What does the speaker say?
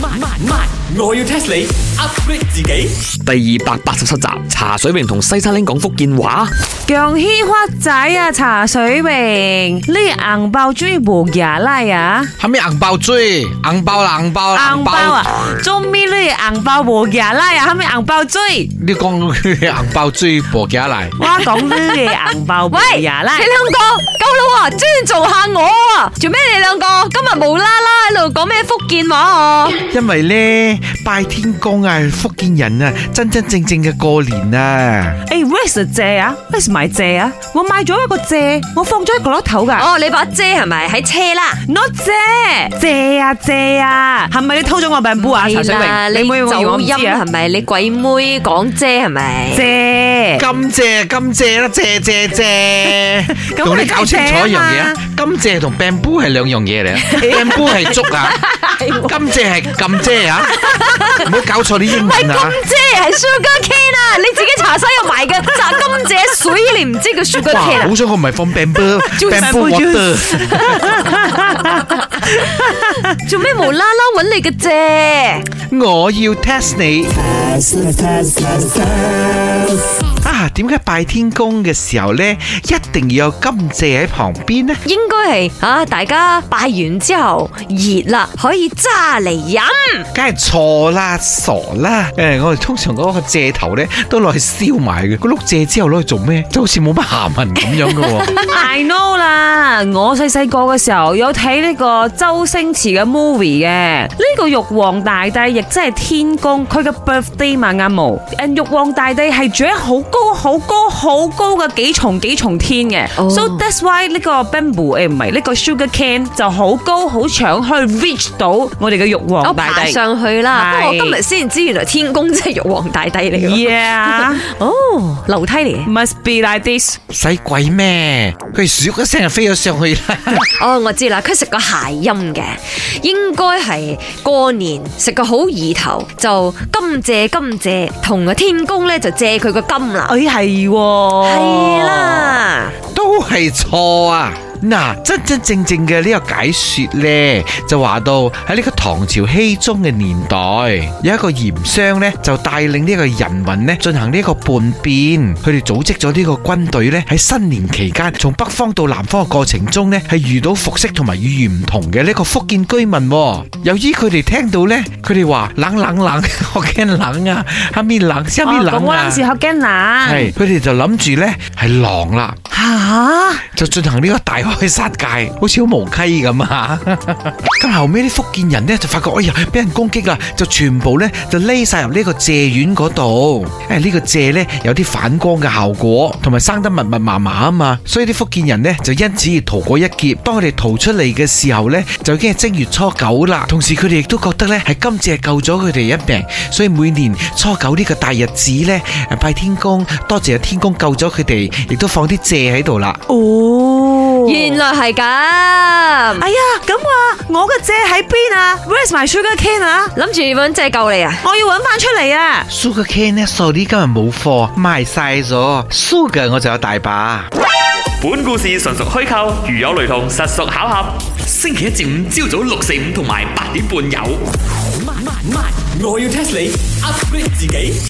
慢慢慢，我要 test 你 upgrade 自己。第二百八十七集，茶水榮同西沙拎講福建話。恭喜發財啊，茶水榮！呢銀包追無呀啦呀，係咪硬爆追？硬爆啦，硬爆啦，銀啊包啊！，做咩呢銀包無呀啦呀，係咪銀包追？你講佢硬爆追博幾嚟？我講呢銀包無喂，你呀兩啦，個夠啦喎，尊重下我啊！做咩你兩個今日無啦啦喺度講咩福建話啊？因為呢，拜天公啊，福建人啊，真真正正嘅過年啊，誒，where's 個借啊？where's 買借啊？我買咗一個借，我放咗喺角落頭㗎。哦，你把遮係咪喺車啦？ not 借借啊借啊，係咪你偷咗我病煲啊？茶水係啦榮，哎你妹話我走唔音知啊係？咪？你鬼妹講遮係咪？借金謝金謝啦，謝謝謝。咁同我你哋搞清楚一樣嘢啊嘛！甘蔗同 bamboo 係兩樣嘢 嚟啊，bamboo 係竹啊，甘蔗係甘蔗 啊，唔好搞錯啲英文啊！遮係 sugar cane 啊！你自己茶室有賣 嘅榨甘蔗水，你唔知叫 sugar 哇， cane 啊好？想我唔係放 bamboo Juice bamboo bamboo water，做咩無啦啦揾你嘅啫？我要 test 你啊，點解拜天公嘅時候呢，一定要有金謝喺旁邊呢？應該係啊！大家拜完之後熱啦，可以揸嚟飲。梗係錯啦，傻啦！誒，我哋通常嗰個蔗頭呢，都攞去燒埋嘅，個碌蔗之後攞去做咩？就好似冇乜鹹痕咁樣嘅 喎。 I know 啦，我細細個嘅時候有睇呢個周星馳嘅 movie 嘅，呢、個玉皇大帝亦即係天公，佢嘅 birthday 嘛啱冇？誒玉皇大帝係住喺好高、好高、好高嘅幾重幾重天嘅、哦 s o that's why 呢個 bamboo 誒唔係呢個 sugar cane 就好高好長去 reach 到我哋嘅玉我皇哦大哦爬帝。上去啦，不過我係今日先知原來天公真係玉皇大帝嚟嘅。 Yeah, 哦，樓梯嚟嘅。 must be like this。使鬼咩？佢咻一聲就飛咗上去啦！哦，我知啦，佢食個諧音嘅，應該係過年食個好意頭，就金借金借，同個天公咧就借佢個金啦。哎係喎，係。啦，都係錯啊！嗱，真真正正嘅呢個解說呢，就話到喺呢個唐朝熙宗嘅年代，有一個鹽商呢，就帶領呢個人民呢進行呢個叛變，佢哋組織咗呢個軍隊呢，喺新年期間，從北方到南方嘅過程中呢，係遇到服飾同埋語言唔同嘅呢個福建居民喎。由於佢哋聽到呢，佢哋話冷冷冷，我驚冷啊，下面冷，下面哦冷講嗰啊陣，時學驚冷。係佢哋就諗住呢，係狼啦。吓？就進行呢個大開殺戒，好似好無稽咁啊！ 咁後尾啲福建人呢，就發覺，哎呀，俾人攻擊啦，就全部呢，就匿晒入呢個借院嗰度。誒、呢、個借呢，有啲反光嘅效果，同埋生得密密麻麻啊嘛，所以啲福建人呢，就因此而逃過一劫。當佢哋逃出嚟嘅時候呢，就已經係正月初九啦。同時佢哋亦都覺得呢，係今次係救咗佢哋一命，所以每年初九呢個大日子呢，拜天公，多謝天公救咗佢哋，亦都放啲借喺度啦。哦，原來係咁，哎呀，咁啊，我嘅借喺邊啊？Where's my sugar cane 啊？諗住揾借救你啊！我要揾翻出嚟啊！ Sugar cane 呢，sorry 今日冇貨，賣晒咗。Sugar 我就有大把。本故事純屬虛構，如有雷同，實屬巧合。星期一至五朝早六四五同埋八點半有。慢慢慢，我要 test 你 upgrade 自己。